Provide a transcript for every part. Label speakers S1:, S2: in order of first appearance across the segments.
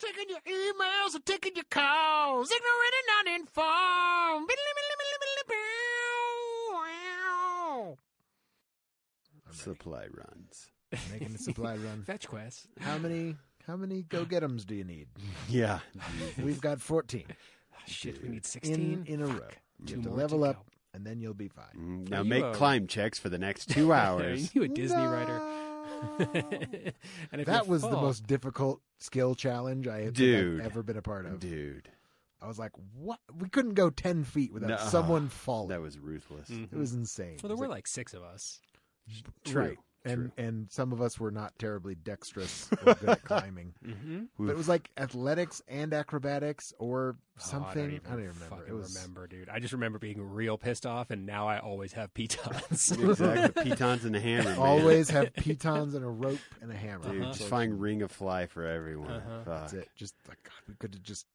S1: Taking your emails and taking your calls. Ignorant and uninformed.
S2: Supply runs.
S3: making the supply run.
S1: Fetch quest.
S3: How many? How many go getems do you need?
S2: Yeah.
S3: We've got fourteen
S1: Shit, we need
S3: in
S1: 16.
S3: in a row.
S1: Two
S3: You have to
S1: more
S3: level
S1: to
S3: up,
S1: go.
S3: and then you'll be fine.
S2: Mm, Now
S1: you
S2: make
S1: a-
S2: climb checks for the next two hours.
S1: Are you a Disney writer?
S3: writer.
S1: and if
S3: that
S1: you
S3: was the
S1: fall-
S3: most difficult skill challenge I have
S2: Dude.
S3: ever been a part of.
S2: Dude,
S3: I was like, what? We couldn't go ten feet without
S2: No.
S3: someone falling.
S2: that was ruthless.
S1: Mhm.
S3: it was insane.
S1: Well, there
S3: It was
S1: were
S3: like,
S1: like six of us.
S2: True.
S3: and
S2: true.
S3: and some of us were not terribly dexterous or good at climbing.
S1: Mm-hmm.
S3: But it was like athletics and acrobatics
S2: Oh,
S3: or something.
S1: I don't even,
S3: remember.
S1: fucking
S3: It was
S1: remember, dude. I just remember being real pissed off, and now I always have pitons.
S2: exactly. Pitons and a hammer. man.
S3: always have pitons and a rope and a hammer.
S2: Dude, just find ring of fly for everyone.
S1: Uh-huh.
S2: Fuck.
S3: That's it. Just like God, we could have just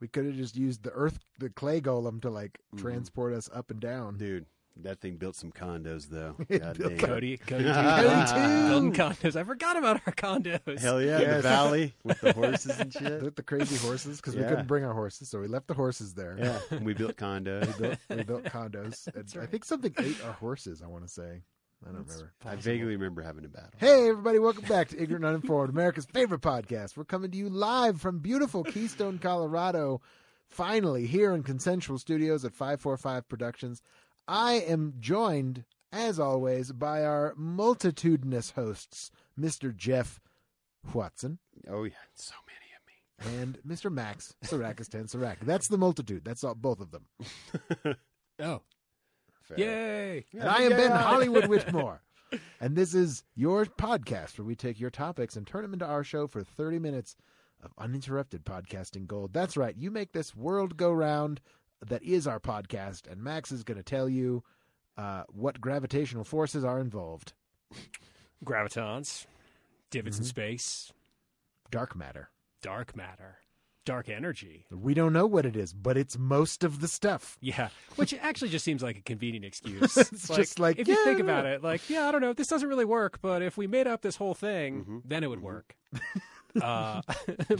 S3: we could have just used the earth, the clay golem to like
S2: Mhm.
S3: transport us up and down.
S2: Dude, that thing built some condos though.
S3: It
S2: God
S3: built
S2: damn.
S1: Cody, Cody,
S2: Cody
S3: too.
S1: building condos. I forgot about our condos.
S2: Hell yeah,
S3: Yes.
S2: the valley with the horses and shit.
S3: The, the crazy horses because we
S2: Yeah.
S3: couldn't bring our horses, so we left the horses there.
S2: yeah, we built condos.
S3: We built, we built condos. And
S1: That's
S3: I
S1: right.
S3: think something ate our horses. I want to say. I don't
S1: That's
S3: remember.
S2: I
S1: possible.
S2: vaguely remember having a battle.
S3: Hey, everybody, welcome back to Ignorant Uninformed, America's favorite podcast. We're coming to you live from beautiful Keystone, Colorado, finally here in Consensual Studios at 545 Productions. I am joined, as always, by our multitudinous hosts, Mr. Jeff Watson
S2: Oh yeah, so many
S3: and Mr. Max Sarakis Tansarak. That's the multitude. That's all, both of them.
S2: of me.
S1: Oh,
S2: Fair.
S1: yay!
S3: And I am Ben Hollywood Whitmore. And this is your podcast where we take your topics and turn them into our show for 30 minutes of uninterrupted podcasting gold. That's right. You make this world go round. That is our podcast. And Max is going to tell you uh, what gravitational forces are involved.
S1: Gravitons, divots in
S3: Mhm.
S1: space,
S3: Dark matter.
S1: dark matter, dark energy.
S3: We don't know what it is, but it's most of the stuff.
S1: Yeah, which actually just seems like a convenient excuse.
S3: It's just like,
S1: if
S3: yeah,
S1: you think
S3: I don't
S1: about
S3: know.
S1: it, like yeah, I don't know, this doesn't really work, but if we made up this whole thing,
S3: Mm-hmm.
S2: Mhm.
S1: then it would work. uh,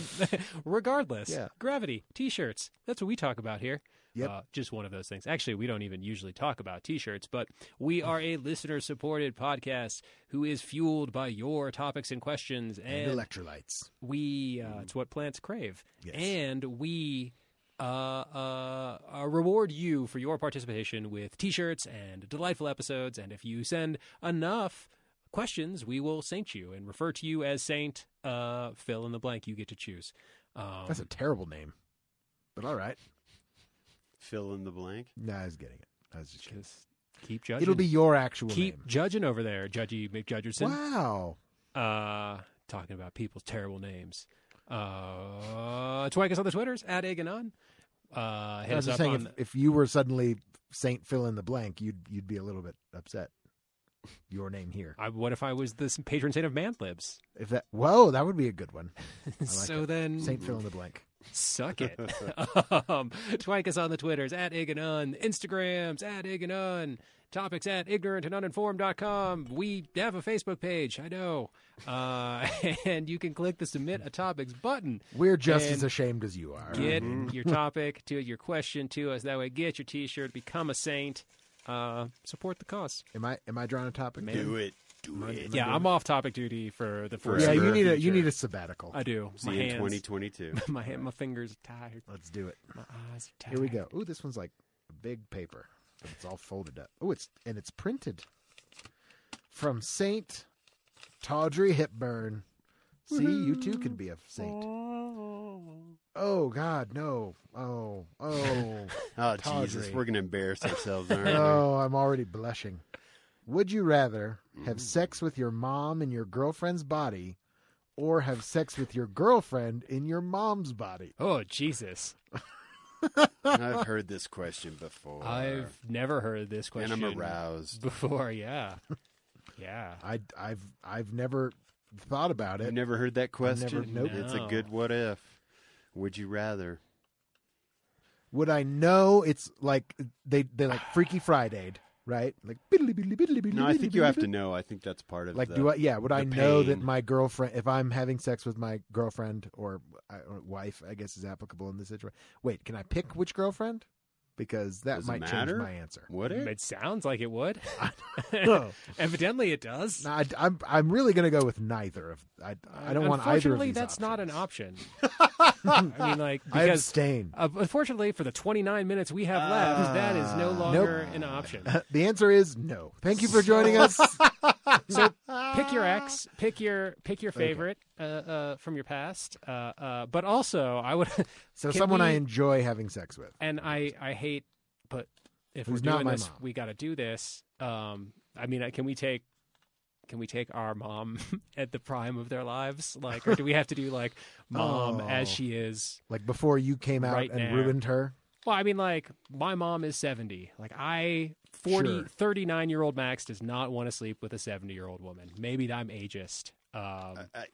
S1: regardless,
S2: Yeah.
S1: gravity, t-shirts, that's what we talk about here.
S3: Yep.
S1: Uh, just one of those things. Actually, we don't even usually talk about t-shirts, but we are a listener-supported podcast who is fueled by your topics and questions,
S3: And
S1: and
S3: electrolytes.
S1: we uh, it's what plants crave
S3: Yes.
S1: and we uh, uh, uh, reward you for your participation with t-shirts and delightful episodes and if you send enough questions we will saint you and refer to you as saint uh, fill in the blank you get to choose um,
S3: That's a terrible name. But all right.
S2: Fill in the blank.
S3: No, I was getting it. I was just kidding.
S1: just keep judging
S3: It'll be your actual
S1: keep
S3: name.
S1: judging over there judgy mcjudgerson
S3: Wow.
S1: uh, talking about people's terrible names uh, twag us on the twitters at aganon uh, hit
S3: I
S1: us
S3: was just
S1: up
S3: saying,
S1: on-
S3: if, if you were suddenly Saint fill in the blank, you'd you'd be a little bit upset. Your name here,
S1: I, what if I was the patron saint of Mantlibs?
S3: if that whoa, that would be a good one.
S1: so then,
S3: Saint fill in the blank.
S1: suck it. um, twike us on the Twitters at Iganon, Instagrams at Iganon, topics at ignorant and uninformed.com. We have a Facebook page, I know. Uh, and you can click the submit a topics button.
S3: We're just
S1: And
S3: as ashamed as you are.
S1: Get your topic to your question to us. That way, get your t shirt, become a saint, uh, support the cause.
S3: Am I am I drawing a topic?
S1: Man.
S2: Do it. Do
S3: Mine's
S2: it.
S3: mine.
S1: Yeah, I'm off topic duty for the
S3: Yeah,
S1: first.
S2: Forever.
S3: you need a you
S2: Future.
S3: need a sabbatical.
S1: I do.
S2: See
S1: my
S2: you in
S1: hands,
S2: 2022.
S1: my, hand, my fingers are tired.
S3: Let's do it.
S1: My eyes are tired.
S3: Here we go. Ooh, this one's like a big paper. but It's all folded up. Oh, it's and it's printed from Saint Tawdry Hepburn. See, you too can be a saint. Oh God, no! Oh, oh,
S2: Oh
S3: Tawdry.
S2: Jesus, we're gonna embarrass ourselves, aren't we?
S3: oh! I'm already blushing. Would you rather have sex with your mom in your girlfriend's body, or have sex with your girlfriend in your mom's body?
S1: Oh Jesus!
S2: I've heard this question before.
S1: I've never heard this question.
S2: and I'm aroused.
S1: before. Yeah, yeah.
S3: I, I've, I've never thought about
S2: You've
S3: it.
S2: never heard that question?
S3: nope.
S2: It's a
S1: No.
S2: good what if. Would you rather?
S3: Would I know? It's like they, they like Freaky Friday. right? Like biddly biddly biddly biddly.
S2: No, I
S3: biddly,
S2: think you
S3: biddly,
S2: have
S3: biddly.
S2: to know. I think that's part of
S3: Like,
S2: the,
S3: do I? Yeah, would
S2: the
S3: I know that
S2: pain.
S3: my girlfriend, if I'm having sex with my girlfriend or, or wife, I guess is applicable in this situation. Wait, can I pick which girlfriend? Because that
S2: Does it
S3: might
S2: matter?
S3: change my answer.
S2: Would it?
S1: It sounds like it would.
S3: No,
S1: Evidently, it does.
S3: no, I, am I'm really gonna go with neither of. I I don't want either of
S1: Unfortunately,
S3: these.
S1: that's not an
S3: options.
S1: option. I mean, like
S3: I
S1: because
S3: abstain.
S1: uh, unfortunately, for the 29 minutes we have left, that is no
S2: Ah.
S1: longer
S2: Nope.
S1: an option.
S3: The answer is no. Thank you for joining us.
S1: So pick your
S3: Ah.
S1: ex, pick your pick your favorite uh, uh, from your past. Uh, uh, but also, I would
S3: So
S1: Can
S3: someone I
S1: we-
S3: enjoy having sex with.
S1: and I I hate, but if
S3: Who's
S1: we're
S3: not
S1: doing
S3: my
S1: this,
S3: mom.
S1: we got to do this. Um, I mean, can we take? Can we take our mom at the prime of their lives? Like, or do we have to do like mom as
S3: Oh.
S1: she is?
S3: Like before you came out
S1: Right
S3: and
S1: now.
S3: ruined her.
S1: Well, I mean, like, my mom is 70. Like, I, 40,
S3: Sure.
S1: 39 year old Max does not want to sleep with a 70 year old woman. Maybe I'm ageist. Um,
S2: I-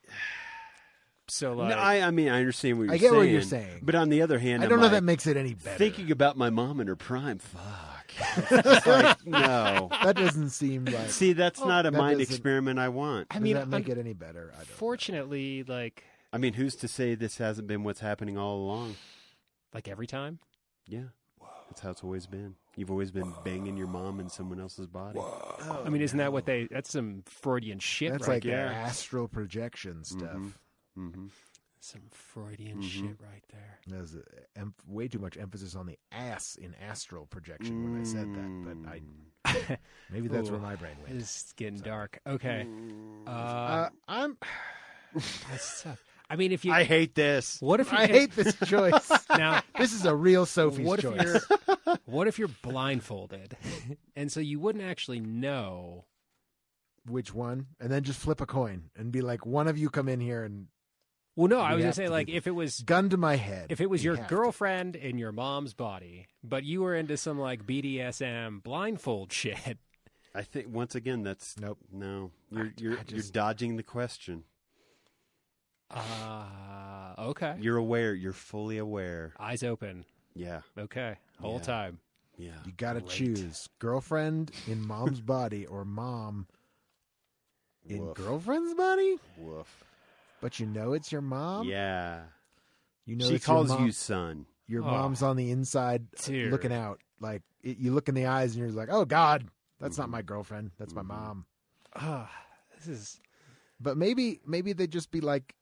S1: so,
S2: No,
S1: like,
S2: I, I mean, I understand what
S3: I
S2: you're
S3: get
S2: saying.
S3: what you're saying.
S2: But on the other hand,
S3: I
S2: I'm
S3: don't know if
S2: like,
S3: that makes it any better.
S2: thinking about my mom in her prime. Fuck. It's like, no.
S3: that doesn't seem like.
S2: See, that's not a
S3: Oh, that
S2: mind
S3: doesn't-
S2: experiment I want.
S1: I
S3: Does
S1: mean,
S3: that make it any better? I don't.
S1: unfortunately, like,
S2: I mean, who's to say this hasn't been what's happening all along?
S1: like every time.
S2: Yeah. That's how it's always been. You've always been banging your mom in someone else's body.
S1: I mean, isn't that what they, that's some Freudian shit
S3: Oh, That's
S1: right
S3: like
S1: there.
S3: astral projection stuff.
S2: Mhm. Mm-hmm.
S1: Some Freudian
S2: Mhm.
S1: shit right there.
S3: There's uh, em- way too much emphasis on the ass in astral projection when I said that, but I maybe that's
S1: Mm. Ooh.
S3: where my brain went.
S1: This is getting dark. Okay. Uh,
S3: Uh, I'm.
S1: that's tough. I mean, if you,
S2: I hate this.
S1: what if you,
S3: I hate this choice.
S1: now,
S3: this is a real Sophie's
S1: what
S3: choice.
S1: If you're, what if you're blindfolded, and so you wouldn't actually know?
S3: Which one? And then just flip a coin and be like, one of you come in here and
S1: Well, no, I
S3: You
S1: was gonna
S3: have
S1: say
S3: to do
S1: like
S3: that.
S1: if it was
S3: gun to my head.
S1: if it was
S3: You
S1: your
S3: have to.
S1: girlfriend in your mom's body, but you were into some like BDSM blindfold shit.
S2: I think once again, that's
S3: Nope.
S2: No, you're
S3: I-
S2: you're
S3: I
S2: you're
S3: just-
S2: dodging the question.
S1: Uh, okay,
S2: You're aware. You're fully aware.
S1: eyes open.
S2: Yeah.
S1: Okay, whole
S2: Yeah.
S1: time.
S2: Yeah.
S3: You gotta
S1: Great.
S3: choose girlfriend in mom's body or mom in
S2: Woof.
S3: girlfriend's body.
S2: Woof.
S3: But you know it's your mom.
S2: yeah.
S3: you know
S2: she
S3: it's your
S2: calls
S3: mom-
S2: you son.
S3: Your
S1: Oh.
S3: mom's on the inside uh,
S1: Dear.
S3: looking out. Like it, you look in the eyes and you're like, oh God, that's not
S2: Mhm.
S3: my girlfriend. That's my
S2: Mhm.
S3: mom.
S1: Ah, this is
S3: But maybe maybe they'd just be like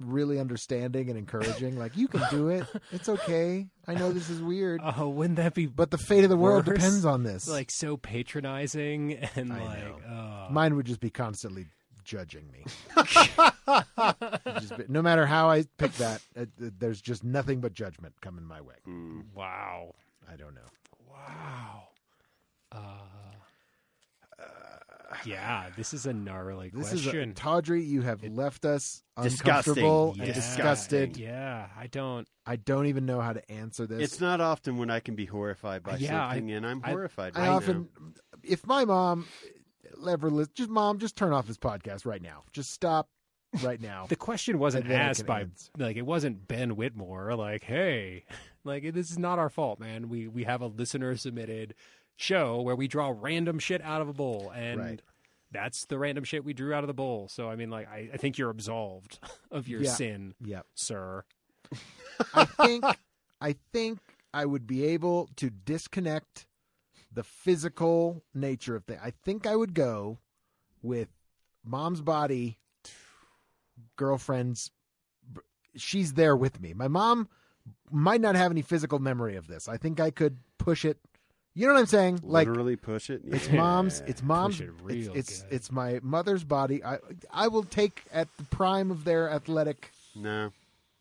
S3: really understanding and encouraging. like you can do it. It's okay. I know this is weird,
S2: Uh,
S1: oh, wouldn't that be
S3: but the fate of the world
S1: worse.
S3: depends on this.
S1: like so patronizing and
S3: I
S1: like oh.
S3: Mine would just be constantly judging me. Just be- no matter how I pick that, uh, uh, there's just nothing but judgment coming my way.
S2: Mm.
S1: wow,
S3: I don't know.
S1: wow. Uh, yeah, this is a gnarly
S3: This
S1: question.
S3: is a, Tawdry. You have left us
S2: Disgusting.
S3: uncomfortable
S1: Yeah.
S3: and disgusted.
S1: Yeah, I don't.
S3: I don't even know how to answer this.
S2: It's not often when I can be horrified by
S1: Yeah, I-
S2: something, and I'm
S1: I-
S2: horrified.
S3: I
S2: right
S3: often, if my mom ever li- just mom, just turn off this podcast right now. Just stop right now.
S1: The question wasn't
S3: And then it
S1: asked
S3: can
S1: by
S3: end.
S1: like it wasn't Ben Whitmore. Like, hey, like this is not our fault, man. We we have a listener submitted show where we draw random shit out of a bowl, and
S3: Right.
S1: that's the random shit we drew out of the bowl. So I mean, like, I, I think you're absolved of your
S3: Yeah.
S1: sin,
S3: yep.
S1: sir.
S3: I think I think I would be able to disconnect the physical nature of things. I think I would go with mom's body, girlfriend's. She's there with me. My mom might not have any physical memory of this. I think I could push it. You know what I'm saying?
S2: now.
S3: Like
S2: literally push it.
S3: it's
S2: Yeah.
S3: mom's. It's mom's.
S1: it
S3: it's
S1: real
S3: it's,
S1: good.
S3: it's my mother's body. I I will take at the prime of their athletic
S2: no.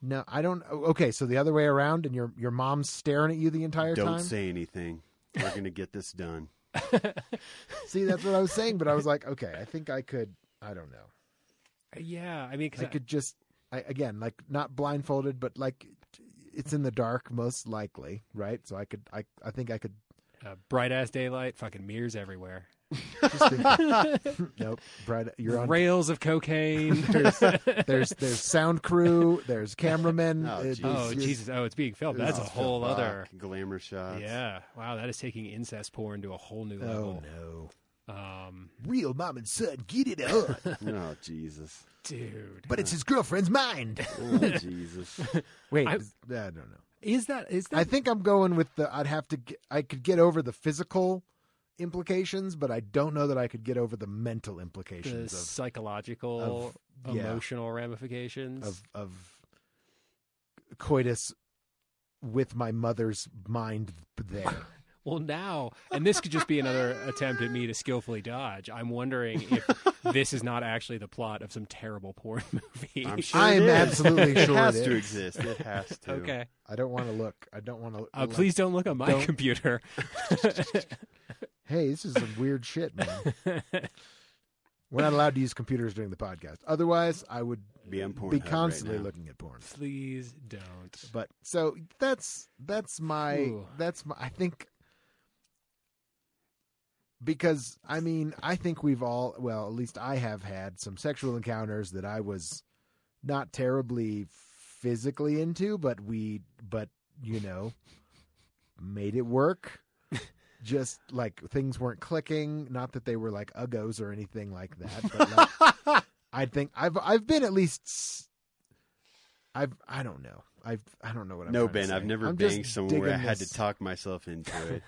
S3: no, I don't. oh, Okay, so the other way around, and your your mom's staring at you the entire
S2: Don't
S3: time.
S2: say anything. We're gonna get this done.
S3: See, that's what I was saying, but I was like, okay, I think I could. I don't know.
S1: Uh, Yeah, I mean, 'cause
S3: I
S1: I-
S3: could just, I, again, like not blindfolded, but like it's in the dark, most likely, right? So I could, I, I think I could.
S1: uh, bright ass daylight, fucking mirrors everywhere.
S3: Just think- nope. Brad, you're on.
S1: Rails of cocaine.
S3: There's, there's there's sound crew. There's cameramen.
S2: Oh,
S3: It's-
S2: geez.
S1: oh
S3: it's-
S1: Jesus! Oh, it's being filmed. That's a
S2: Oh,
S1: whole
S2: fuck.
S1: other.
S2: glamour shots.
S1: Yeah. Wow, that is taking incest porn to a whole new
S3: Oh
S1: level.
S3: no.
S1: Um,
S3: Real mom and son, get it on.
S2: Oh Jesus.
S1: dude,
S3: but it's his girlfriend's mind.
S2: Oh Jesus.
S3: Wait,
S1: I-
S3: is- I don't know.
S1: is that is that?
S3: I think I'm going with the. I'd have to. Get, I could get over the physical implications, but I don't know that I could get over the mental
S1: the
S3: implications of
S1: psychological,
S3: of- yeah.
S1: emotional ramifications.
S3: of of coitus with my mother's mind there.
S1: well, now, and this could just be another attempt at me to skillfully dodge. I'm wondering if this is not actually the plot of some terrible porn movie.
S2: I'm sure.
S3: I am
S2: it is.
S3: absolutely
S2: It
S3: sure
S2: has
S3: it
S2: to
S3: is.
S2: exist. It has to.
S1: okay.
S3: I don't want to look. I don't want to.
S1: Uh, please don't look on my
S3: Don't-
S1: computer.
S3: Hey, this is some weird shit, man. We're not allowed to use computers during the podcast. Otherwise, I would
S2: Be on Pornhub
S3: be
S2: right
S3: constantly
S2: now.
S3: looking at porn.
S1: Please don't.
S3: But so that's that's my
S1: Ooh.
S3: that's my I think because I mean I think we've all well at least I have had some sexual encounters that I was not terribly physically into but we but you know made it work just like things weren't clicking not that they were like uggos or anything like that but like, I think I've I've been at least s- I've I don't know. I've I don't know what I'm
S2: No,
S3: trying to
S2: Ben, I've
S3: say.
S2: never
S3: I'm just
S2: banged someone where I
S3: digging
S2: had
S3: this.
S2: to talk myself into it.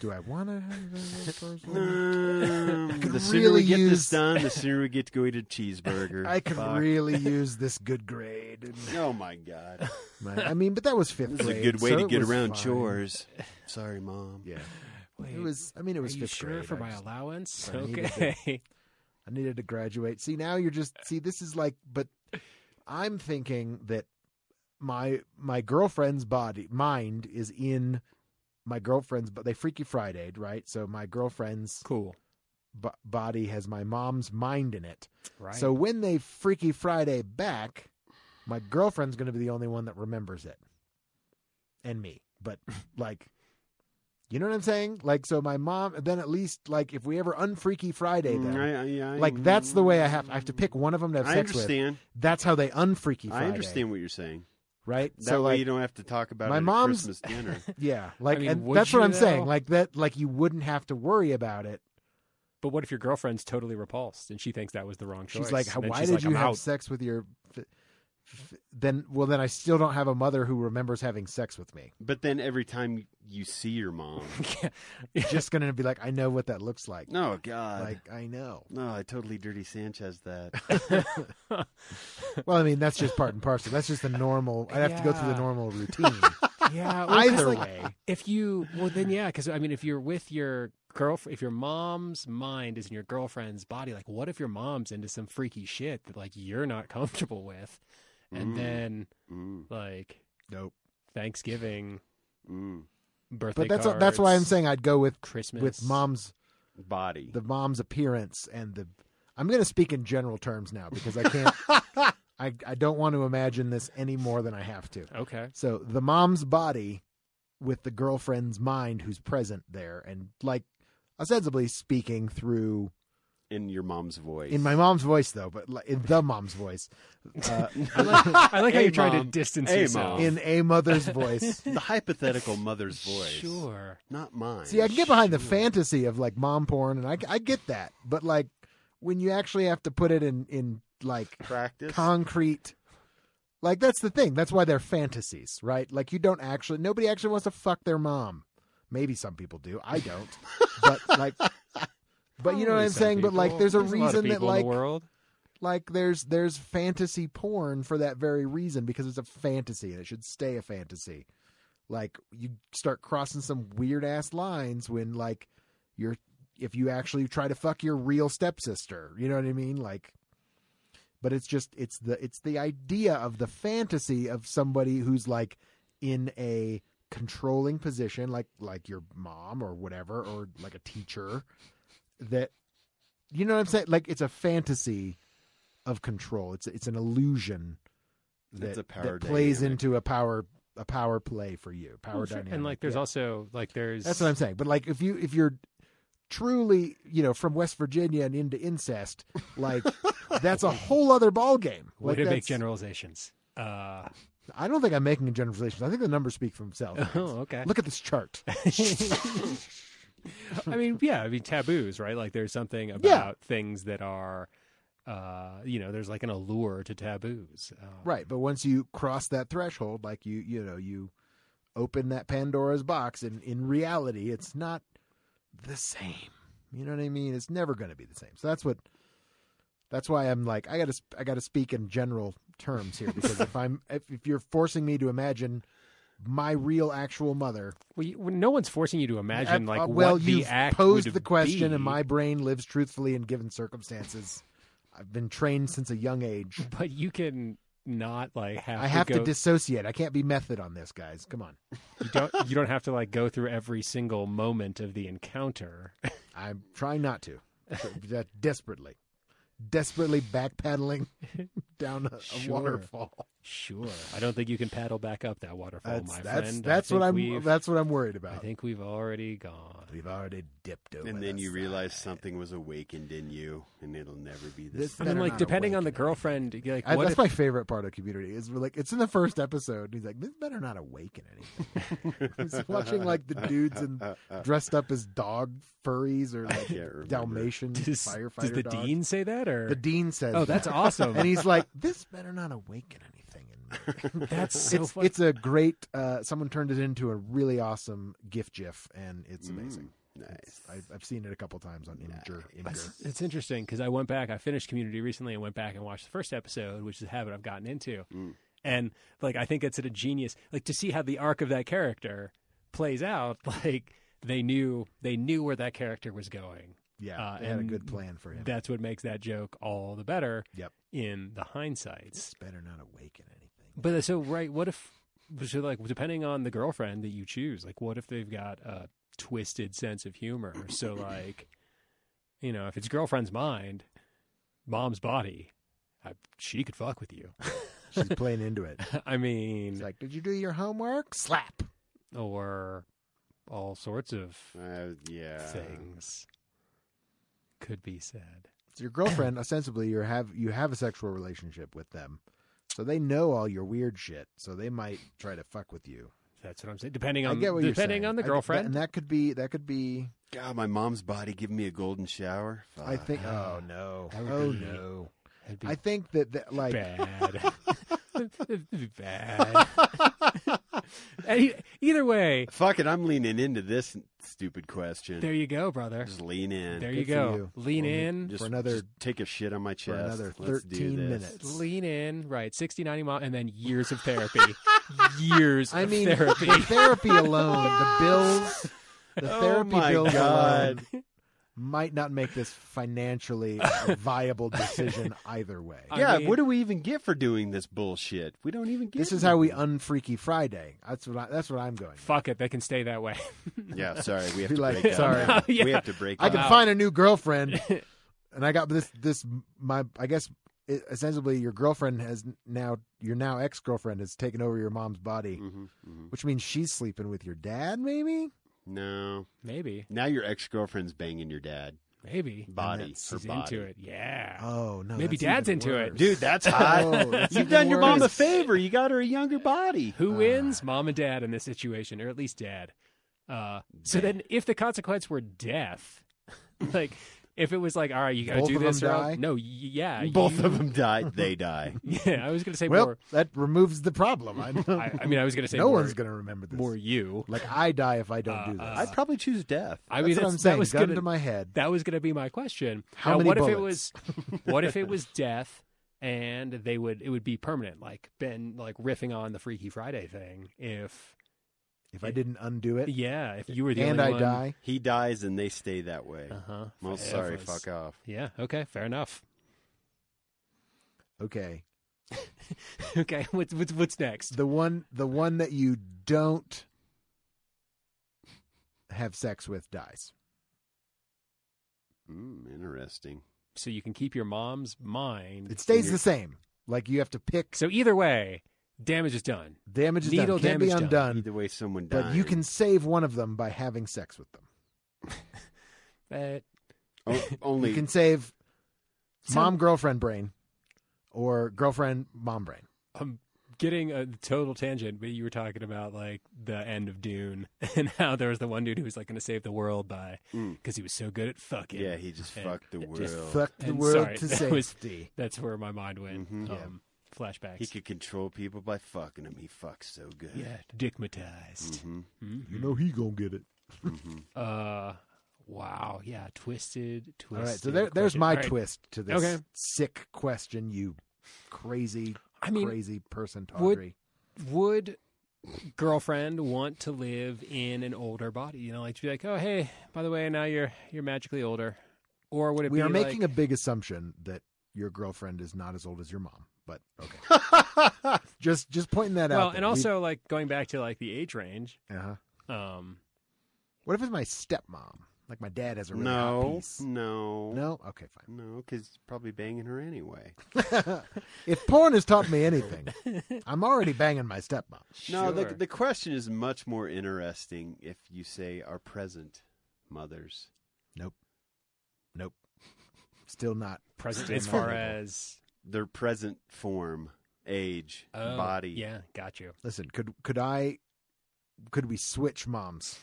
S3: Do I want to have a person?
S2: Um,
S3: could
S2: the sooner
S3: really
S2: we get
S3: use-
S2: this done, the sooner we get to go eat a cheeseburger.
S3: I could
S2: Fuck.
S3: really use this good grade.
S2: Oh my god,
S3: My- I mean, but that was fifth
S2: this is
S3: grade.
S2: a good way
S3: so
S2: to
S3: it
S2: get
S3: was
S2: around
S3: fine.
S2: chores. Sorry, mom.
S3: Yeah,
S1: Wait,
S3: it was. I mean, it was
S1: are you
S3: fifth
S1: sure
S3: grade.
S1: for
S3: I
S1: my
S3: just-
S1: allowance?
S3: I needed to-
S1: Okay.
S3: I needed to graduate. See, now you're just see. This is like, but I'm thinking that my my girlfriend's body mind is in my girlfriend's. But they Freaky Friday'd, right? So my girlfriend's
S1: Cool.
S3: b- body has my mom's mind in it.
S1: Right.
S3: So when they Freaky Friday back, my girlfriend's going to be the only one that remembers it, and me. But like, you know what I'm saying? Like, so my mom. Then at least like if we ever unfreaky Friday,
S2: Mm,
S3: them,
S2: I- I- I-
S3: like that's the way I have. I have to pick one of them to have
S2: I
S3: sex with.
S2: understand.
S3: That's how they unfreaky Friday.
S2: I understand what you're saying.
S3: Right.
S2: That
S3: so
S2: way
S3: like,
S2: you don't have to talk about
S3: my
S2: it at
S3: mom's-
S2: Christmas dinner.
S3: yeah, like
S1: I mean,
S3: and
S1: would
S3: that's what
S1: you,
S3: I'm saying.
S1: though?
S3: Like that, like you wouldn't have to worry about it.
S1: But what if your girlfriend's totally repulsed and she thinks that was the wrong choice?
S3: She's like,
S1: And then
S3: why
S1: she's
S3: did
S1: like,
S3: you
S1: I'm
S3: have
S1: out.
S3: sex with your? f- f- Then well, then I still don't have a mother who remembers having sex with me.
S2: but then every time you see your mom,
S3: Just gonna be like, I know what that looks like.
S2: oh god,
S3: Like I know.
S2: no, I totally dirty Sanchez that.
S3: Well, I mean that's just part and parcel. That's just the normal. I'd have to go through the
S1: Yeah.
S3: normal routine.
S1: yeah. well, 'cause,
S3: Either
S1: like,
S3: way,
S1: if you well then yeah, because I mean, if you're with your girlfriend, if your mom's mind is in your girlfriend's body, like what if your mom's into some freaky shit that like you're not comfortable with, and
S2: Mm.
S1: then
S2: Mm,
S1: like
S3: nope.
S1: Thanksgiving,
S2: mm.
S1: birthday,
S3: But that's that's why I'm
S1: cards,
S3: saying I'd go with
S1: Christmas
S3: with mom's
S2: Body.
S3: the mom's appearance and the. I'm going to speak in general terms now because I can't. I I don't want to imagine this any more than I have to.
S1: Okay.
S3: So the mom's body with the girlfriend's mind who's present there and like ostensibly speaking through
S2: in your mom's voice.
S3: in my mom's voice though, but like, in the mom's voice, uh,
S1: I like how
S2: Hey,
S1: you're trying to
S2: Mom.
S1: distance
S2: Hey,
S1: yourself.
S2: Mom.
S3: in a mother's voice.
S2: the hypothetical mother's voice.
S1: Sure.
S2: Not mine.
S3: See, I can get behind the fantasy of like mom porn, and I I get that, but like when you actually have to put it in in like
S2: practice.
S3: concrete. Like that's the thing. That's why they're fantasies, right? Like you don't actually nobody actually wants to fuck their mom. Maybe some people do. I don't. but like But you know
S1: Probably
S3: what I'm
S1: some
S3: saying? But like
S1: people.
S3: there's a
S1: lot of
S3: reason that
S1: people in
S3: like
S1: the world.
S3: like there's there's fantasy porn for that very reason because it's a fantasy and it should stay a fantasy. Like you start crossing some weird ass lines when like you're if you actually try to fuck your real stepsister, you know what I mean? Like but it's just it's the it's the idea of the fantasy of somebody who's like in a controlling position like like your mom or whatever or like a teacher that you know what I'm saying? Like it's a fantasy of control. It's it's an illusion that,
S2: It's a power
S3: that plays
S2: dynamic.
S3: into a power a power play for you, power
S1: Well, sure.
S3: dynamic.
S1: And like, there's
S3: Yeah.
S1: also like, there's
S3: that's what I'm saying. But like if you if you're truly, you know, from West Virginia and into incest, like that's a whole other ball game.
S1: Way
S3: Like
S1: to make
S3: that's-
S1: generalizations. Uh,
S3: I don't think I'm making a generalization. I think the numbers speak for themselves.
S1: oh, okay.
S3: Look at this chart.
S1: I mean, yeah, I mean taboos, right? Like there's something about things that are, uh, you know, there's like an allure to taboos. Uh,
S3: Right, but once you cross that threshold, like you you know you open that Pandora's box, and in reality, it's not the same. You know what I mean? It's never going to be the same. So that's what. That's why I'm like I gotta sp- I gotta speak in general terms here because if I'm if, if you're forcing me to imagine my real actual mother,
S1: Well, you, well, no one's forcing you to imagine
S3: uh,
S1: like
S3: uh, well
S1: what the
S3: you've
S1: act
S3: posed
S1: would
S3: the question
S1: be,
S3: and my brain lives truthfully in given circumstances. I've been trained since a young age.
S1: But you can not like have.
S3: I have
S1: go,
S3: to dissociate. I can't be method on this, guys. Come on.
S1: you don't. You don't have to like go through every single moment of the encounter.
S3: I'm trying not to. That desperately, desperately backpedaling down a, a
S1: Sure.
S3: waterfall.
S1: Sure, I don't think you can paddle back up that waterfall,
S3: That's
S1: my
S3: that's
S1: friend. I
S3: that's what
S1: think
S3: I'm
S1: we've-
S3: that's what I'm worried
S1: I
S3: about.
S1: think we've already gone.
S3: We've already dipped over.
S2: And then
S3: the
S2: you
S3: side.
S2: realize something was awakened in you, and it'll never be the
S3: This-
S1: I
S2: same.
S1: mean,
S3: Better
S1: like
S3: not
S1: depending on the
S3: awaken it.
S1: girlfriend, you're like
S3: I,
S1: what
S3: that's
S1: if-
S3: my favorite part of Community is we're like it's in the first episode. And he's like, "This better not awaken anything." he's watching like the dudes and dressed up as dog furries or like
S2: can't remember.
S3: Dalmatian
S1: does,
S3: firefighter.
S1: does the
S3: dogs.
S1: dean say that or
S3: The dean says,
S1: Oh, that's
S3: that.
S1: awesome.
S3: and he's like, "This better not awaken anything in me."
S1: That's so
S3: it's,
S1: funny.
S3: it's a great. Uh, someone turned it into a really awesome GIF GIF, and it's amazing.
S2: Nice.
S3: I, I've seen it a couple times on Imgur.
S1: It's,
S3: Imgur.
S1: it's interesting because I went back. I finished Community recently and went back and watched the first episode, which is a habit I've gotten into.
S2: Mm.
S1: And like, I think it's a genius. Like to see how the arc of that character plays out. Like they knew they knew where that character was going.
S3: Yeah,
S1: uh,
S3: they had a
S1: and
S3: good plan for him.
S1: That's what makes that joke all the better.
S3: Yep.
S1: In the hindsights.
S3: This better not awaken anything.
S1: But uh, so right, what if so like depending on the girlfriend that you choose, like what if they've got a twisted sense of humor? So like, you know, if it's girlfriend's mind, mom's body, I, she could fuck with you.
S3: She's playing into it.
S1: I mean,
S3: It's like, "Did you do your homework?" Slap.
S1: or all sorts of
S2: Uh, yeah.
S1: things could be said.
S3: So your girlfriend, ostensibly, you have you have a sexual relationship with them, so they know all your weird shit. So they might try to fuck with you.
S1: That's what I'm saying. Depending
S3: I
S1: on
S3: get what you're
S1: Um, depending
S3: saying.
S1: on the
S3: I- that-
S1: girlfriend,
S3: and that could be that could be
S2: God, my mom's body giving me a golden shower.
S3: I
S2: Fuck.
S3: think.
S1: Ah,
S3: Oh no!
S1: that would
S3: Oh
S1: be-
S3: no!
S1: that'd be
S3: I think that, that like
S1: bad. It'd be bad. Any- either way,
S2: Fuck it, I'm leaning into this stupid question.
S1: there you go, brother.
S2: just lean in.
S1: There you
S3: Good for
S1: go.
S3: you.
S1: Lean
S3: Well,
S1: in.
S2: just,
S3: for another-
S2: just take a shit on my chest.
S3: for another
S2: Let's do
S3: 13
S2: this.
S3: minutes.
S1: Lean in. Right. 60, 90 miles, and then years of therapy. years
S3: I
S1: of
S3: mean
S1: therapy.
S3: the therapy alone, the bills, the
S2: Oh
S3: therapy
S2: my
S3: bills
S2: God.
S3: alone might not make this financially a viable decision either way.
S1: I
S2: Yeah,
S1: mean-
S2: what do we even get for doing this bullshit? We don't even get
S3: This is how we unfreaky Friday. That's what I, that's what I'm going. with.
S1: Fuck it. That can stay that way.
S2: Yeah, sorry, we have
S3: Be
S2: to
S3: like,
S2: break up
S3: sorry.
S2: now.
S1: Yeah.
S2: We have to break
S3: I
S2: up.
S3: can
S1: Wow.
S3: find a new girlfriend, and I got this this my I guess it, essentially your girlfriend has now your now ex girlfriend has taken over your mom's body,
S1: Mm.
S2: Mhm, mhm.
S3: which means she's sleeping with your dad, maybe.
S2: No.
S1: Maybe.
S2: Now your ex girlfriend's banging your dad.
S1: Maybe.
S2: Body.
S3: that's-
S2: Her
S1: She's
S2: body.
S1: into it. Yeah.
S3: Oh no!
S1: Maybe
S3: that's
S1: dad's
S3: even
S1: into it.
S3: worse.
S2: Dude, that's hot.
S3: Oh, that's
S2: You've
S3: even
S2: done your mom a
S3: worse.
S2: favor. You got her a younger body.
S1: Who
S3: Uh.
S1: wins? Mom and dad in this situation, or at least dad. Uh, so then, if the consequence were death, like if it was like, all right, you got to
S3: Both
S1: do
S3: of
S1: this,
S3: them
S1: or else-
S3: die?
S1: no, y- yeah,
S2: Both
S1: you-
S2: of them die. They die.
S1: Yeah, I was gonna say
S3: Well,
S1: more.
S3: that removes the problem. I,
S1: I, I mean, I was gonna say
S3: no
S1: more,
S3: one's going to remember this.
S1: more you.
S3: Like I die if I don't
S1: Uh,
S3: do this.
S1: uh,
S2: I'd probably choose death.
S1: I
S3: that's
S1: mean,
S3: what
S1: that's-
S3: I'm
S1: that
S3: saying.
S1: was
S3: Gun
S1: gonna
S3: to my head.
S1: that was gonna be my question.
S3: How
S1: now,
S3: many
S1: what if it was?
S3: bullets?
S1: What if it was death? And they would it would be permanent, like Ben, like riffing on the Freaky Friday thing. If
S3: if I didn't undo it
S1: yeah, if you were the
S3: and I
S1: only one,
S3: die,
S2: He dies and they stay that way.
S3: Uh-huh.
S1: uh huh.
S2: Well, sorry, fuck off.
S1: Yeah. Okay. Fair enough.
S3: okay.
S1: Okay, what's what's what's next?
S3: The one, the one that you don't have sex with dies.
S2: Mm, interesting.
S1: So you can keep your mom's mind.
S3: It stays the same. Like you have to pick.
S1: so either way, damage is done.
S3: Damage is
S1: Needle
S3: done. Can't be
S1: damage done.
S3: undone.
S2: Either way, someone dies.
S3: But you can save one of them by having sex with them.
S1: Say it.
S2: O- Oh, only
S3: You can save
S1: So-
S3: mom girlfriend brain or girlfriend mom brain.
S1: I'm getting a total tangent, but you were talking about like the end of Dune and how there was the one dude who was like going to save the world by
S2: Mm.
S1: because he was so good at fucking.
S2: yeah, he just
S1: And
S2: fucked the world.
S1: just
S3: Fuck the
S1: And
S3: world
S1: sorry,
S3: to
S1: that was-
S3: safety.
S1: that's where my mind went. Um,
S2: Mhm.
S3: Mm-hmm, Yeah.
S1: Flashbacks.
S2: he could control people by fucking them. He fucks so good.
S1: yeah, dickmatized.
S2: hmm
S1: Mhm.
S3: Mm-hmm. You know he gonna get it.
S2: hmm
S1: Uh, wow. Yeah, twisted.
S3: All
S1: Twisted.
S3: right, so there, there's my
S1: All right.
S3: twist to this
S1: Okay.
S3: sick question. You crazy,
S1: I mean,
S3: crazy person,
S1: would-
S3: Tawdry.
S1: would girlfriend want to live in an older body? You know, like to be like, oh hey, by the way, now you're you're magically older, or would it
S3: We
S1: be
S3: are making
S1: like,
S3: a big assumption that your girlfriend is not as old as your mom, but okay. just just pointing that
S1: well,
S3: out.
S1: and also like going back to like the age range.
S3: uh
S1: Um,
S3: what if it's my stepmom? Like my dad has a really hot
S2: no,
S3: piece.
S2: no,
S3: No, okay, fine.
S2: no, because probably banging her anyway.
S3: if porn has taught me anything, I'm already banging my stepmom.
S2: No,
S1: sure.
S2: the the question is much more interesting if you say our present mothers.
S3: Still not.
S1: present
S3: Still
S1: as far
S3: not.
S1: as
S2: Their present form, age,
S1: oh,
S2: body.
S1: Yeah, got you.
S3: Listen, could could I? Could we switch moms?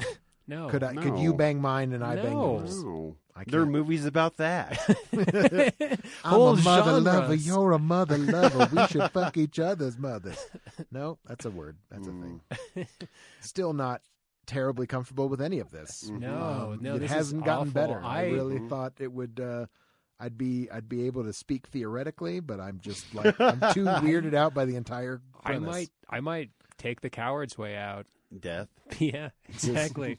S1: Oh, No,
S3: could I? Could you
S2: no.
S3: bang mine and I bang
S1: No.
S3: yours?
S2: No.
S3: I
S2: Oh, There are
S3: can't.
S2: movies about that.
S3: I'm a
S1: Whole
S3: mother lover.
S1: genres.
S3: You're a mother lover. We should fuck each other's mothers. No, that's a word. That's a
S1: Mm.
S3: thing. Still not terribly comfortable with any of this.
S2: Mhm.
S1: No, no,
S3: Um, it
S1: this is
S3: hasn't gotten
S1: awful.
S3: better. I,
S1: I-
S3: really
S2: Mhm.
S3: thought it would. Uh, I'd be I'd be able to speak theoretically, but I'm just like I'm too weirded out by the entire.
S1: I
S3: premise.
S1: might, I might take the coward's way out.
S2: Mm. Death.
S1: Yeah, exactly.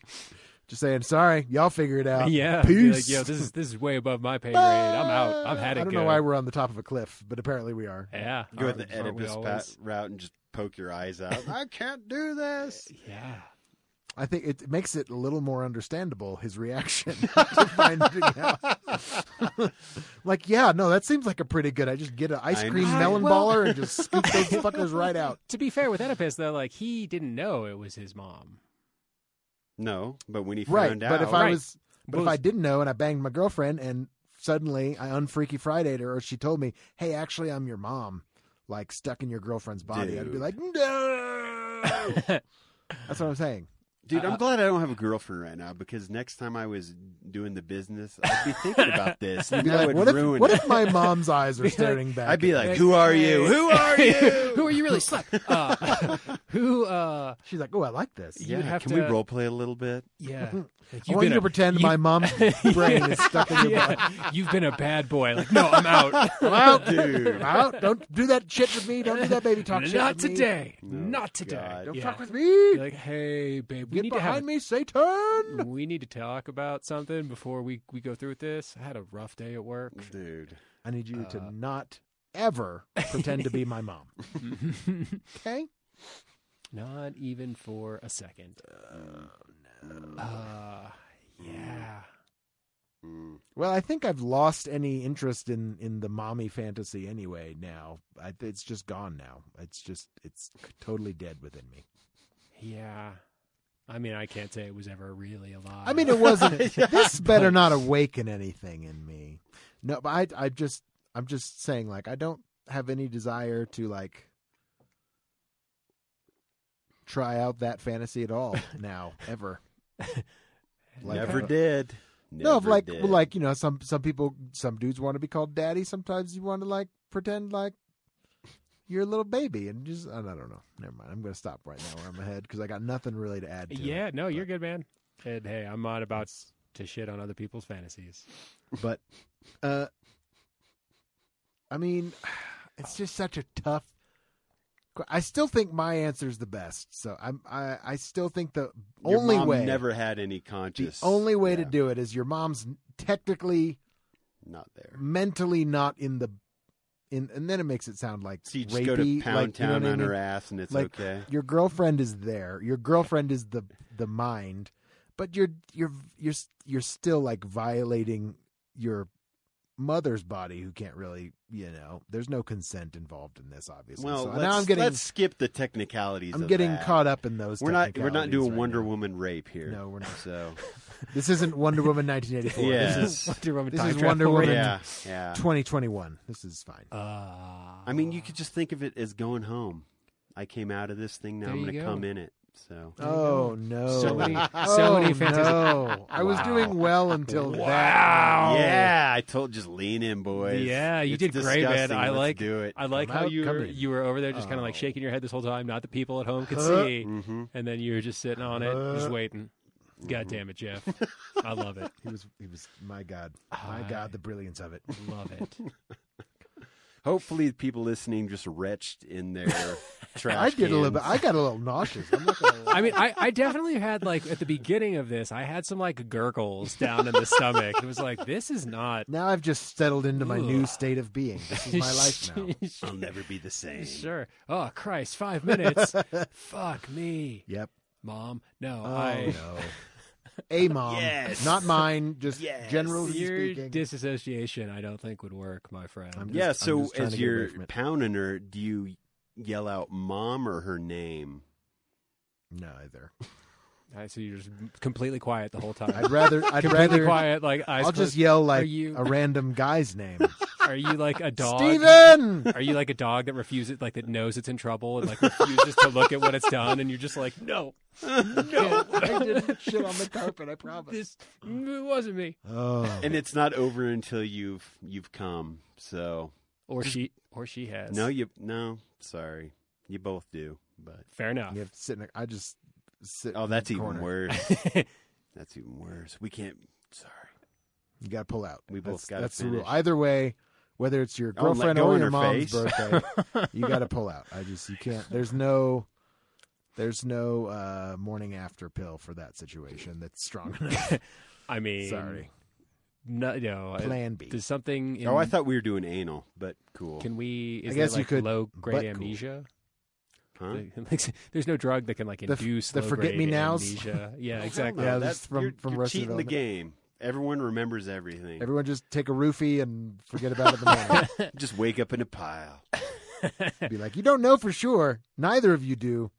S3: just saying sorry. Y'all figure it out.
S1: yeah, I'd be
S3: peace.
S1: like, yo, this is this is way above my pay grade. I'm out. I've had it.
S3: I don't
S1: go. Eh.
S3: know why we're on the top of a cliff, but apparently we are.
S1: Yeah,
S2: Go
S1: aren't-
S2: the
S1: aren't we
S2: Oedipus pat
S1: always?
S2: route and just poke your eyes out. I can't do this.
S1: Yeah.
S3: I think it makes it a little more understandable his reaction to finding out. like, yeah, no, that seems like a pretty good. I just get an ice
S2: I
S3: cream
S1: know.
S3: melon
S1: Well-
S3: baller and just scoop those fuckers right out.
S1: To be fair with Oedipus, though, like he didn't know it was his mom.
S2: No, but when he
S3: Right,
S2: found
S3: but
S2: out,
S3: if I
S1: Right.
S3: was, but if
S1: Well,
S3: I didn't know and I banged my girlfriend and suddenly I unfreaky Fridayed her, or she told me, "Hey, actually, I'm your mom," like stuck in your girlfriend's body, I'd be
S2: Dude.
S3: like, "No." That's what I'm saying.
S2: dude, I'm
S1: Uh,
S2: glad I don't have a girlfriend right now because next time I was doing the business, I'd be thinking about this. And
S3: Be
S2: that
S3: like,
S2: would
S3: what if
S2: ruin
S3: what
S2: it.
S3: if my mom's eyes are
S1: like-
S3: staring back?
S2: I'd be
S3: at me?
S2: like, "Who are you? Who are you?
S1: who are you really, slut? Uh, who? uh
S3: she's like, "Oh, I like this."
S1: You
S2: yeah,
S1: have
S2: can
S1: to-
S2: we role play a little bit?
S1: Yeah. Like,
S3: I want you to
S1: a-
S3: pretend
S1: you-
S3: my mom's brain is stuck in your body.
S1: yeah, you've been a bad boy. Like, no, I'm out.
S3: I'm out,
S2: Dude.
S3: I'm out. Don't do that shit with me. Don't do that baby talk shit.
S1: Not
S3: with me.
S1: today.
S2: No,
S1: Not today.
S2: God.
S3: Don't
S1: Yeah.
S3: fuck with me.
S1: You're like, hey, babe, we
S3: Get
S1: need to
S3: behind
S1: have.
S3: me, Satan.
S1: We need to talk about something before we we go through with this. I had a rough day at work.
S2: Dude,
S3: I need you to
S1: Uh,
S3: not ever pretend to be my mom. Okay.
S1: Not even for a second.
S3: Uh,
S1: Uh, yeah.
S2: Mm.
S3: Well, I think I've lost any interest in in the mommy fantasy anyway. Now I, it's just gone. Now it's just it's totally dead within me.
S1: Yeah. I mean, I can't say it was ever really alive.
S3: I mean, it wasn't. this better not awaken anything in me. No, but I, I just, I'm just saying, like, I don't have any desire to like try out that fantasy at all now, ever. Like,
S2: never
S3: uh,
S2: did.
S3: no, of
S2: Never
S3: like,
S2: did.
S3: well, like you know, some some people, some dudes want to be called daddy. Sometimes you want to like pretend like you're a little baby and just, I don't know. Never mind. I'm going to stop right now where I'm ahead because I got nothing really to add. to it.
S1: yeah, no, you're good, man. And hey, I'm not about to shit on other people's fantasies.
S3: but uh i mean it's just such a tough que- i still think my answer is the best so i'm i i still think the
S2: Your
S3: only
S2: mom
S3: way
S2: never had any
S3: the
S2: conscious.
S3: only way to
S2: yeah,
S3: do it is your mom's technically
S2: not there.
S3: mentally not in the in and then it makes it sound like
S2: So you just
S3: rapey,
S2: go to Pound
S3: like, you know
S2: Town
S3: what I
S2: on
S3: mean?
S2: her ass, and it's
S3: Like,
S2: okay.
S3: your girlfriend is there. Your girlfriend is the the mind, but you're you're you're you're still like violating your mother's body, who can't really, you know. There's no consent involved in this, obviously.
S2: Well,
S3: so
S2: let's,
S3: now I'm getting
S2: let's skip the technicalities.
S3: I'm
S2: of
S3: getting
S2: that.
S3: caught up in those.
S2: We're not. We're not
S3: technicalities
S2: doing
S3: right
S2: Wonder
S3: now.
S2: Woman rape here.
S3: No, we're not.
S2: So
S3: This isn't Wonder Woman 1984. This is
S2: Yes.
S1: Wonder Woman
S3: This
S1: time
S3: is
S1: travel
S3: Wonder Woman.
S1: rating.
S2: Yeah, yeah.
S3: 2021. This is fine.
S1: Uh,
S2: I mean, you could just think of it as going home. I came out of this thing. Now
S1: There
S2: I'm
S1: you
S2: going to
S1: go.
S2: come in it. So
S3: Oh no!
S1: So many- so
S3: Oh,
S1: many fantasies.
S3: No. I was
S2: Wow.
S3: doing well until that.
S1: Wow.
S2: yeah, I told just lean in, boys.
S1: Yeah, you
S2: It's
S1: did great, man.
S2: disgusting.
S1: I
S2: Let's
S1: like-
S2: do it.
S1: I like
S3: Come
S1: how
S3: out,
S1: you
S3: come
S1: were,
S3: in.
S1: you were over there just kind of like
S3: Oh.
S1: shaking your head this whole time. Not the people at home could
S3: Huh.
S1: see,
S2: Mhm.
S1: and then you were just sitting on it, just
S3: Huh.
S1: waiting.
S3: Mm-hmm.
S1: God damn it, Jeff! I love it.
S3: He was. He was. My God. My
S1: I-
S3: God. The brilliance of it.
S1: Love it.
S2: Hopefully, the people listening just retched in their trash.
S3: I did a little bit.
S2: cans.
S3: I got a little nauseous. I'm not gonna lie.
S1: I mean, I, I definitely had like at the beginning of this, I had some like gurgles down in the stomach. It was like this is not
S3: now I've just settled into my
S1: Ugh.
S3: new state of being. This is my life now.
S2: I'll never be the same.
S1: sure. Oh Christ, five minutes. Fuck me,
S3: Yep.
S1: mom. No,
S3: Oh
S1: I.
S3: no. A mom.
S2: Yes.
S3: Not mine. Just
S2: Yes.
S3: generally
S1: Your
S3: speaking.
S1: disassociation, I don't think would work, my friend.
S3: I'm
S2: Yeah.
S3: just- I'm
S2: So
S3: just trying
S2: as
S3: to get away
S2: you're
S3: from it.
S2: pounding her, do you yell out "mom" or her name?
S3: Neither.
S1: I see you're just completely quiet the whole time.
S3: I'd rather. I'd
S1: completely
S3: rather.
S1: quiet, like eyes
S3: I'll
S1: closed.
S3: just yell like
S1: you-
S3: a random guy's name.
S1: Are you like a dog?
S3: Steven!
S1: Are you like a dog that refuses, like that knows it's in trouble and like refuses to look at what it's done, and you're just like, no, no,
S3: I didn't shit on the carpet, I promise.
S1: this it wasn't me.
S3: Oh.
S2: And it's not over until you've you've come. So
S1: Or she, or she has.
S2: no, you no. Sorry, you both do. But
S1: fair enough.
S3: You have to sit in a, I just sit.
S2: oh,
S3: in the
S2: that's even
S3: corner.
S2: worse. that's even worse. We can't. Sorry.
S3: You got to pull out.
S2: We both
S3: That's-
S2: gotta
S3: That's the rule.
S2: finish.
S3: Either way, whether it's your
S2: I won't let
S3: girlfriend
S2: go
S3: or
S2: in
S3: your
S2: her
S3: mom's
S2: face.
S3: birthday, you got to pull out. I just you can't. There's no. There's no uh, morning after pill for that situation that's strong enough.
S1: I mean,
S3: Sorry.
S1: no, no. I-
S3: Plan B.
S1: Does something? In,
S2: Oh, I thought we were doing anal, but cool.
S1: Can we? Is
S3: I guess
S1: there,
S3: you
S1: like,
S3: could,
S1: Low
S3: but
S1: grade
S3: cool.
S1: amnesia.
S2: huh?
S1: Like, there's no drug that can like
S3: The f-
S1: induce
S3: the
S1: low
S3: forget
S1: grade
S3: me nows?
S1: amnesia. Yeah, exactly.
S3: Yeah,
S2: Yeah,
S3: this
S2: that's
S3: is from-
S2: from you're,
S3: from
S2: you're
S3: Arrested
S2: cheating the
S3: Development.
S2: game. Everyone remembers everything.
S3: Everyone just take a roofie and forget about it in the morning.
S2: Just wake up in a pile.
S3: Be like, you don't know for sure. Neither of you do.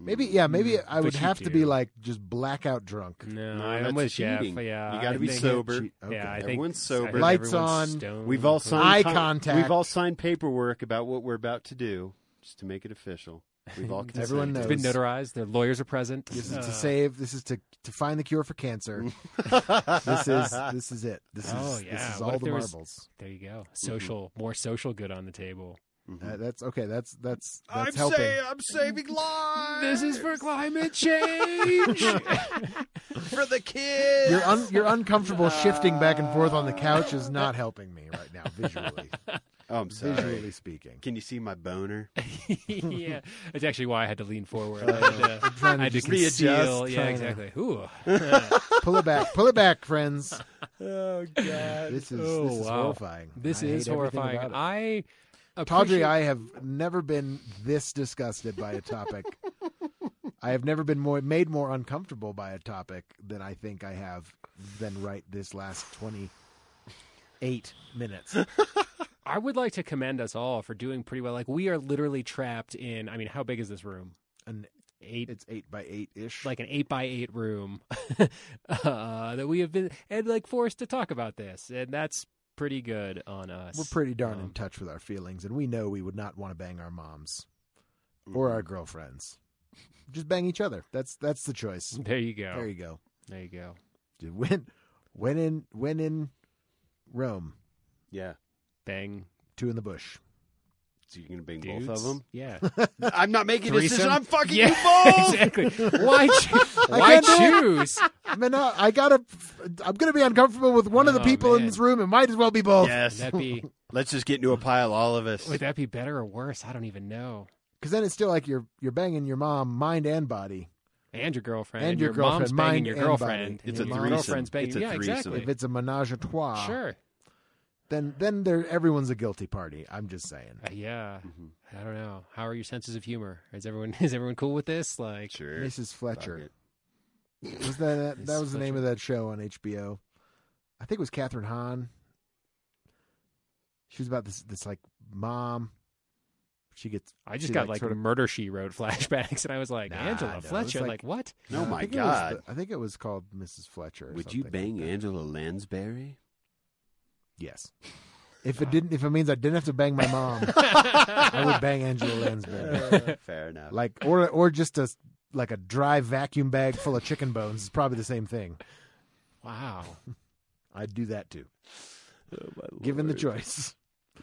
S3: Maybe, yeah, maybe
S1: Mm,
S3: I would
S1: but you
S3: have to be
S1: do.
S3: like just blackout drunk.
S1: No,
S2: No,
S1: I'm
S2: that's
S1: with Jeff.
S2: cheating.
S1: Yeah,
S2: You gotta
S1: I
S2: be
S1: think-
S2: sober.
S3: Cheat- okay.
S1: Yeah, I think
S2: Everyone's
S1: I
S2: sober.
S1: think
S3: Lights
S1: everyone's
S3: on.
S1: stoned.
S2: We've all signed
S3: Eye
S2: con-
S3: contact.
S2: We've all signed paperwork about what we're about to do, just to make it official. We've all consented.
S3: Everyone
S1: It's
S3: knows.
S1: been notarized. Their lawyers are present.
S3: This is
S1: Uh,
S3: to save. This is to to find the cure for cancer. this is this is it. This is
S1: Oh,
S3: this
S1: yeah.
S3: is
S1: What
S3: all
S1: if
S3: the
S1: there was-
S3: marbles.
S1: There you go. Social,
S3: Mm-hmm.
S1: more social good on the table.
S2: Mhm.
S3: Uh, that's okay. That's that's that's
S2: I'm
S3: helping.
S2: saying I'm saving lives.
S1: This is for climate change.
S2: for the kids.
S3: Your un, your uncomfortable shifting back and forth on the couch is not helping me right now visually.
S2: oh, I'm sorry.
S3: visually speaking,
S2: Can you see my boner?
S1: yeah, that's actually why I had to lean forward. I had to,
S3: Oh, trying
S1: I
S3: to
S1: had to
S3: just
S2: readjust,
S1: conceal. Yeah,
S3: trying to-
S1: exactly. Ooh.
S3: pull it back, pull it back, friends.
S2: Oh God.
S3: This is
S1: Oh,
S3: this is
S1: wow.
S3: horrifying.
S1: This
S3: I hate
S1: is
S3: everything
S1: horrifying.
S3: about it.
S1: I
S3: Tawdry,
S1: appreciate.
S3: I have never been this disgusted by a topic. I have never been more made more uncomfortable by a topic than I think I have than right this last twenty eight minutes.
S1: I would like to commend us all for doing pretty well. Like we are literally trapped in. I mean, how big is this room?
S3: And
S1: Eight
S3: it's eight by eight ish.
S1: like an eight by eight room uh, that we have been and like forced to talk about this, and that's pretty good on us.
S3: we're pretty darn in
S1: um,
S3: touch with our feelings, and we know we would not want to bang our moms
S2: Mm-hmm.
S3: or our girlfriends. Just bang each other. That's that's the choice.
S1: there you go.
S3: There you go.
S1: There you go.
S3: When when in when in Rome,
S2: Yeah.
S1: Bang,
S3: two in the bush.
S2: So you're gonna bang
S1: dudes.
S2: both of them?
S1: Yeah,
S2: I'm not making a decision.
S1: Threesome?
S2: I'm fucking
S1: yeah,
S2: you both.
S1: exactly. Why? Cho- why
S3: Oh! can't do it.
S1: choose?
S3: I mean, uh, I gotta. I'm gonna be uncomfortable with one of the
S1: Oh,
S3: people in
S1: man.
S3: this room. It might as well be both.
S1: Would
S2: Yes.
S1: that be
S2: Let's just get into a pile, all of us.
S1: would that be better or worse? I don't even know.
S3: Because then it's still like you're you're banging your mom, mind and body.
S1: And your girlfriend,
S3: And
S1: and
S3: your
S1: your, mom's
S3: girlfriend,
S1: banging
S3: mine
S1: your
S3: and
S1: girlfriend.
S3: body.
S1: and
S2: It's a
S1: your
S2: threesome.
S1: Girlfriend's banging.
S2: It's a
S1: yeah,
S2: threesome.
S1: exactly.
S3: If it's a menage a trois,
S1: Sure.
S3: then then there everyone's a guilty party. I'm just saying.
S1: Uh, yeah.
S2: Mhm.
S1: I don't know. How are your senses of humor? Is everyone is everyone cool with this? Like,
S2: Sure.
S3: Mrs.
S2: Fuck
S3: Fletcher
S2: it.
S3: was that that
S1: Mrs.
S3: was the name of
S1: Fletcher.
S3: that show on HBO. I think it was Catherine Hahn. She was about this this like mom. She gets.
S1: I just
S3: she,
S1: got like,
S3: sort of-
S1: murder she wrote flashbacks, and I was like,
S3: Nah,
S1: Angela
S3: no, it's
S1: Fletcher,
S3: like-
S1: like, what?
S2: No,
S3: I
S2: my
S3: think it was
S2: God.
S3: the- I think it was called Mrs. Fletcher. or
S2: Would you
S3: something like
S2: bang
S3: that.
S2: Angela Lansbury?
S3: Yes. If it didn't, if it means I didn't have to bang my mom, I would bang Angela Lansbury.
S2: fair enough.
S3: Like, or or just a like a dry vacuum bag full of chicken bones is probably the same thing.
S1: Wow.
S3: I'd do that too,
S2: Oh, my
S3: given the
S2: Lord.
S3: choice.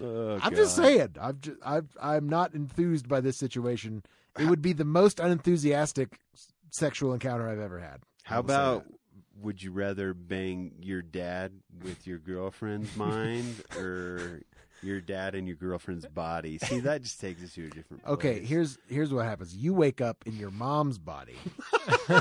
S2: Oh,
S3: I'm just
S2: God.
S3: saying. I'm just, I'm I'm not enthused by this situation. It would be the most unenthusiastic s- sexual encounter I've ever had.
S2: How
S3: I will say
S2: about would you rather bang your dad with your girlfriend's mind or your dad and your girlfriend's body? See, that just takes us to a different.
S3: that. Okay,
S2: place.
S3: here's here's what happens. You wake up in your mom's body,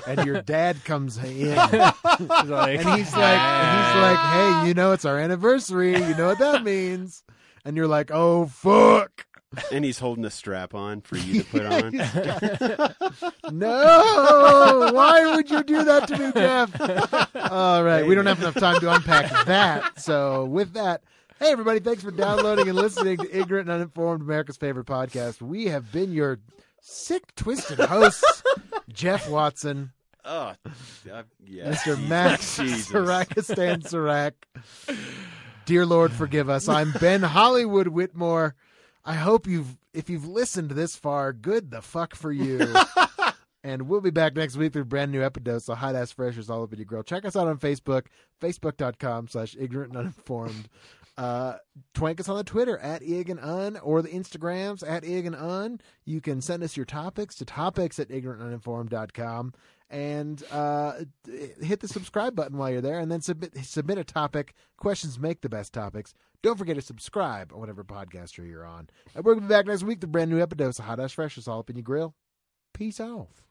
S3: and your dad comes in,
S1: He's like,
S3: and he's like, and he's like, "Hey, you know it's our anniversary. You know what that means." And you're like, "Oh fuck,
S2: and he's holding a strap on for you to put on.
S3: no! Why would you do that to me, Jeff?" All right, we don't have enough time to unpack that. So with that. Hey everybody! Thanks for downloading and listening to Ignorant and Uninformed, America's favorite podcast. We have been your sick, twisted hosts, Jeff Watson,
S2: oh, uh, yeah,
S3: Mr.
S2: Jesus,
S3: Max
S2: Jesus.
S3: Sarakistan Sarak. Dear Lord, forgive us. I'm Ben Hollywood Whitmore. I hope you've, if you've listened this far, good the fuck for you. and we'll be back next week with a brand new episode. So hot ass freshers all over your grill. Check us out on Facebook, facebook.com slash ignorant and uninformed. Uh, twank us on the Twitter at ig and un or the Instagrams at ig and un. You can send us your topics to topics at ignorantuninformed.com and uh, d- hit the subscribe button while you're there and then submit submit a topic. Questions make the best topics. Don't forget to subscribe on whatever podcaster you're on. And we're going to be back next week with a brand new episode. So hot ass freshers all up in your grill. Peace out.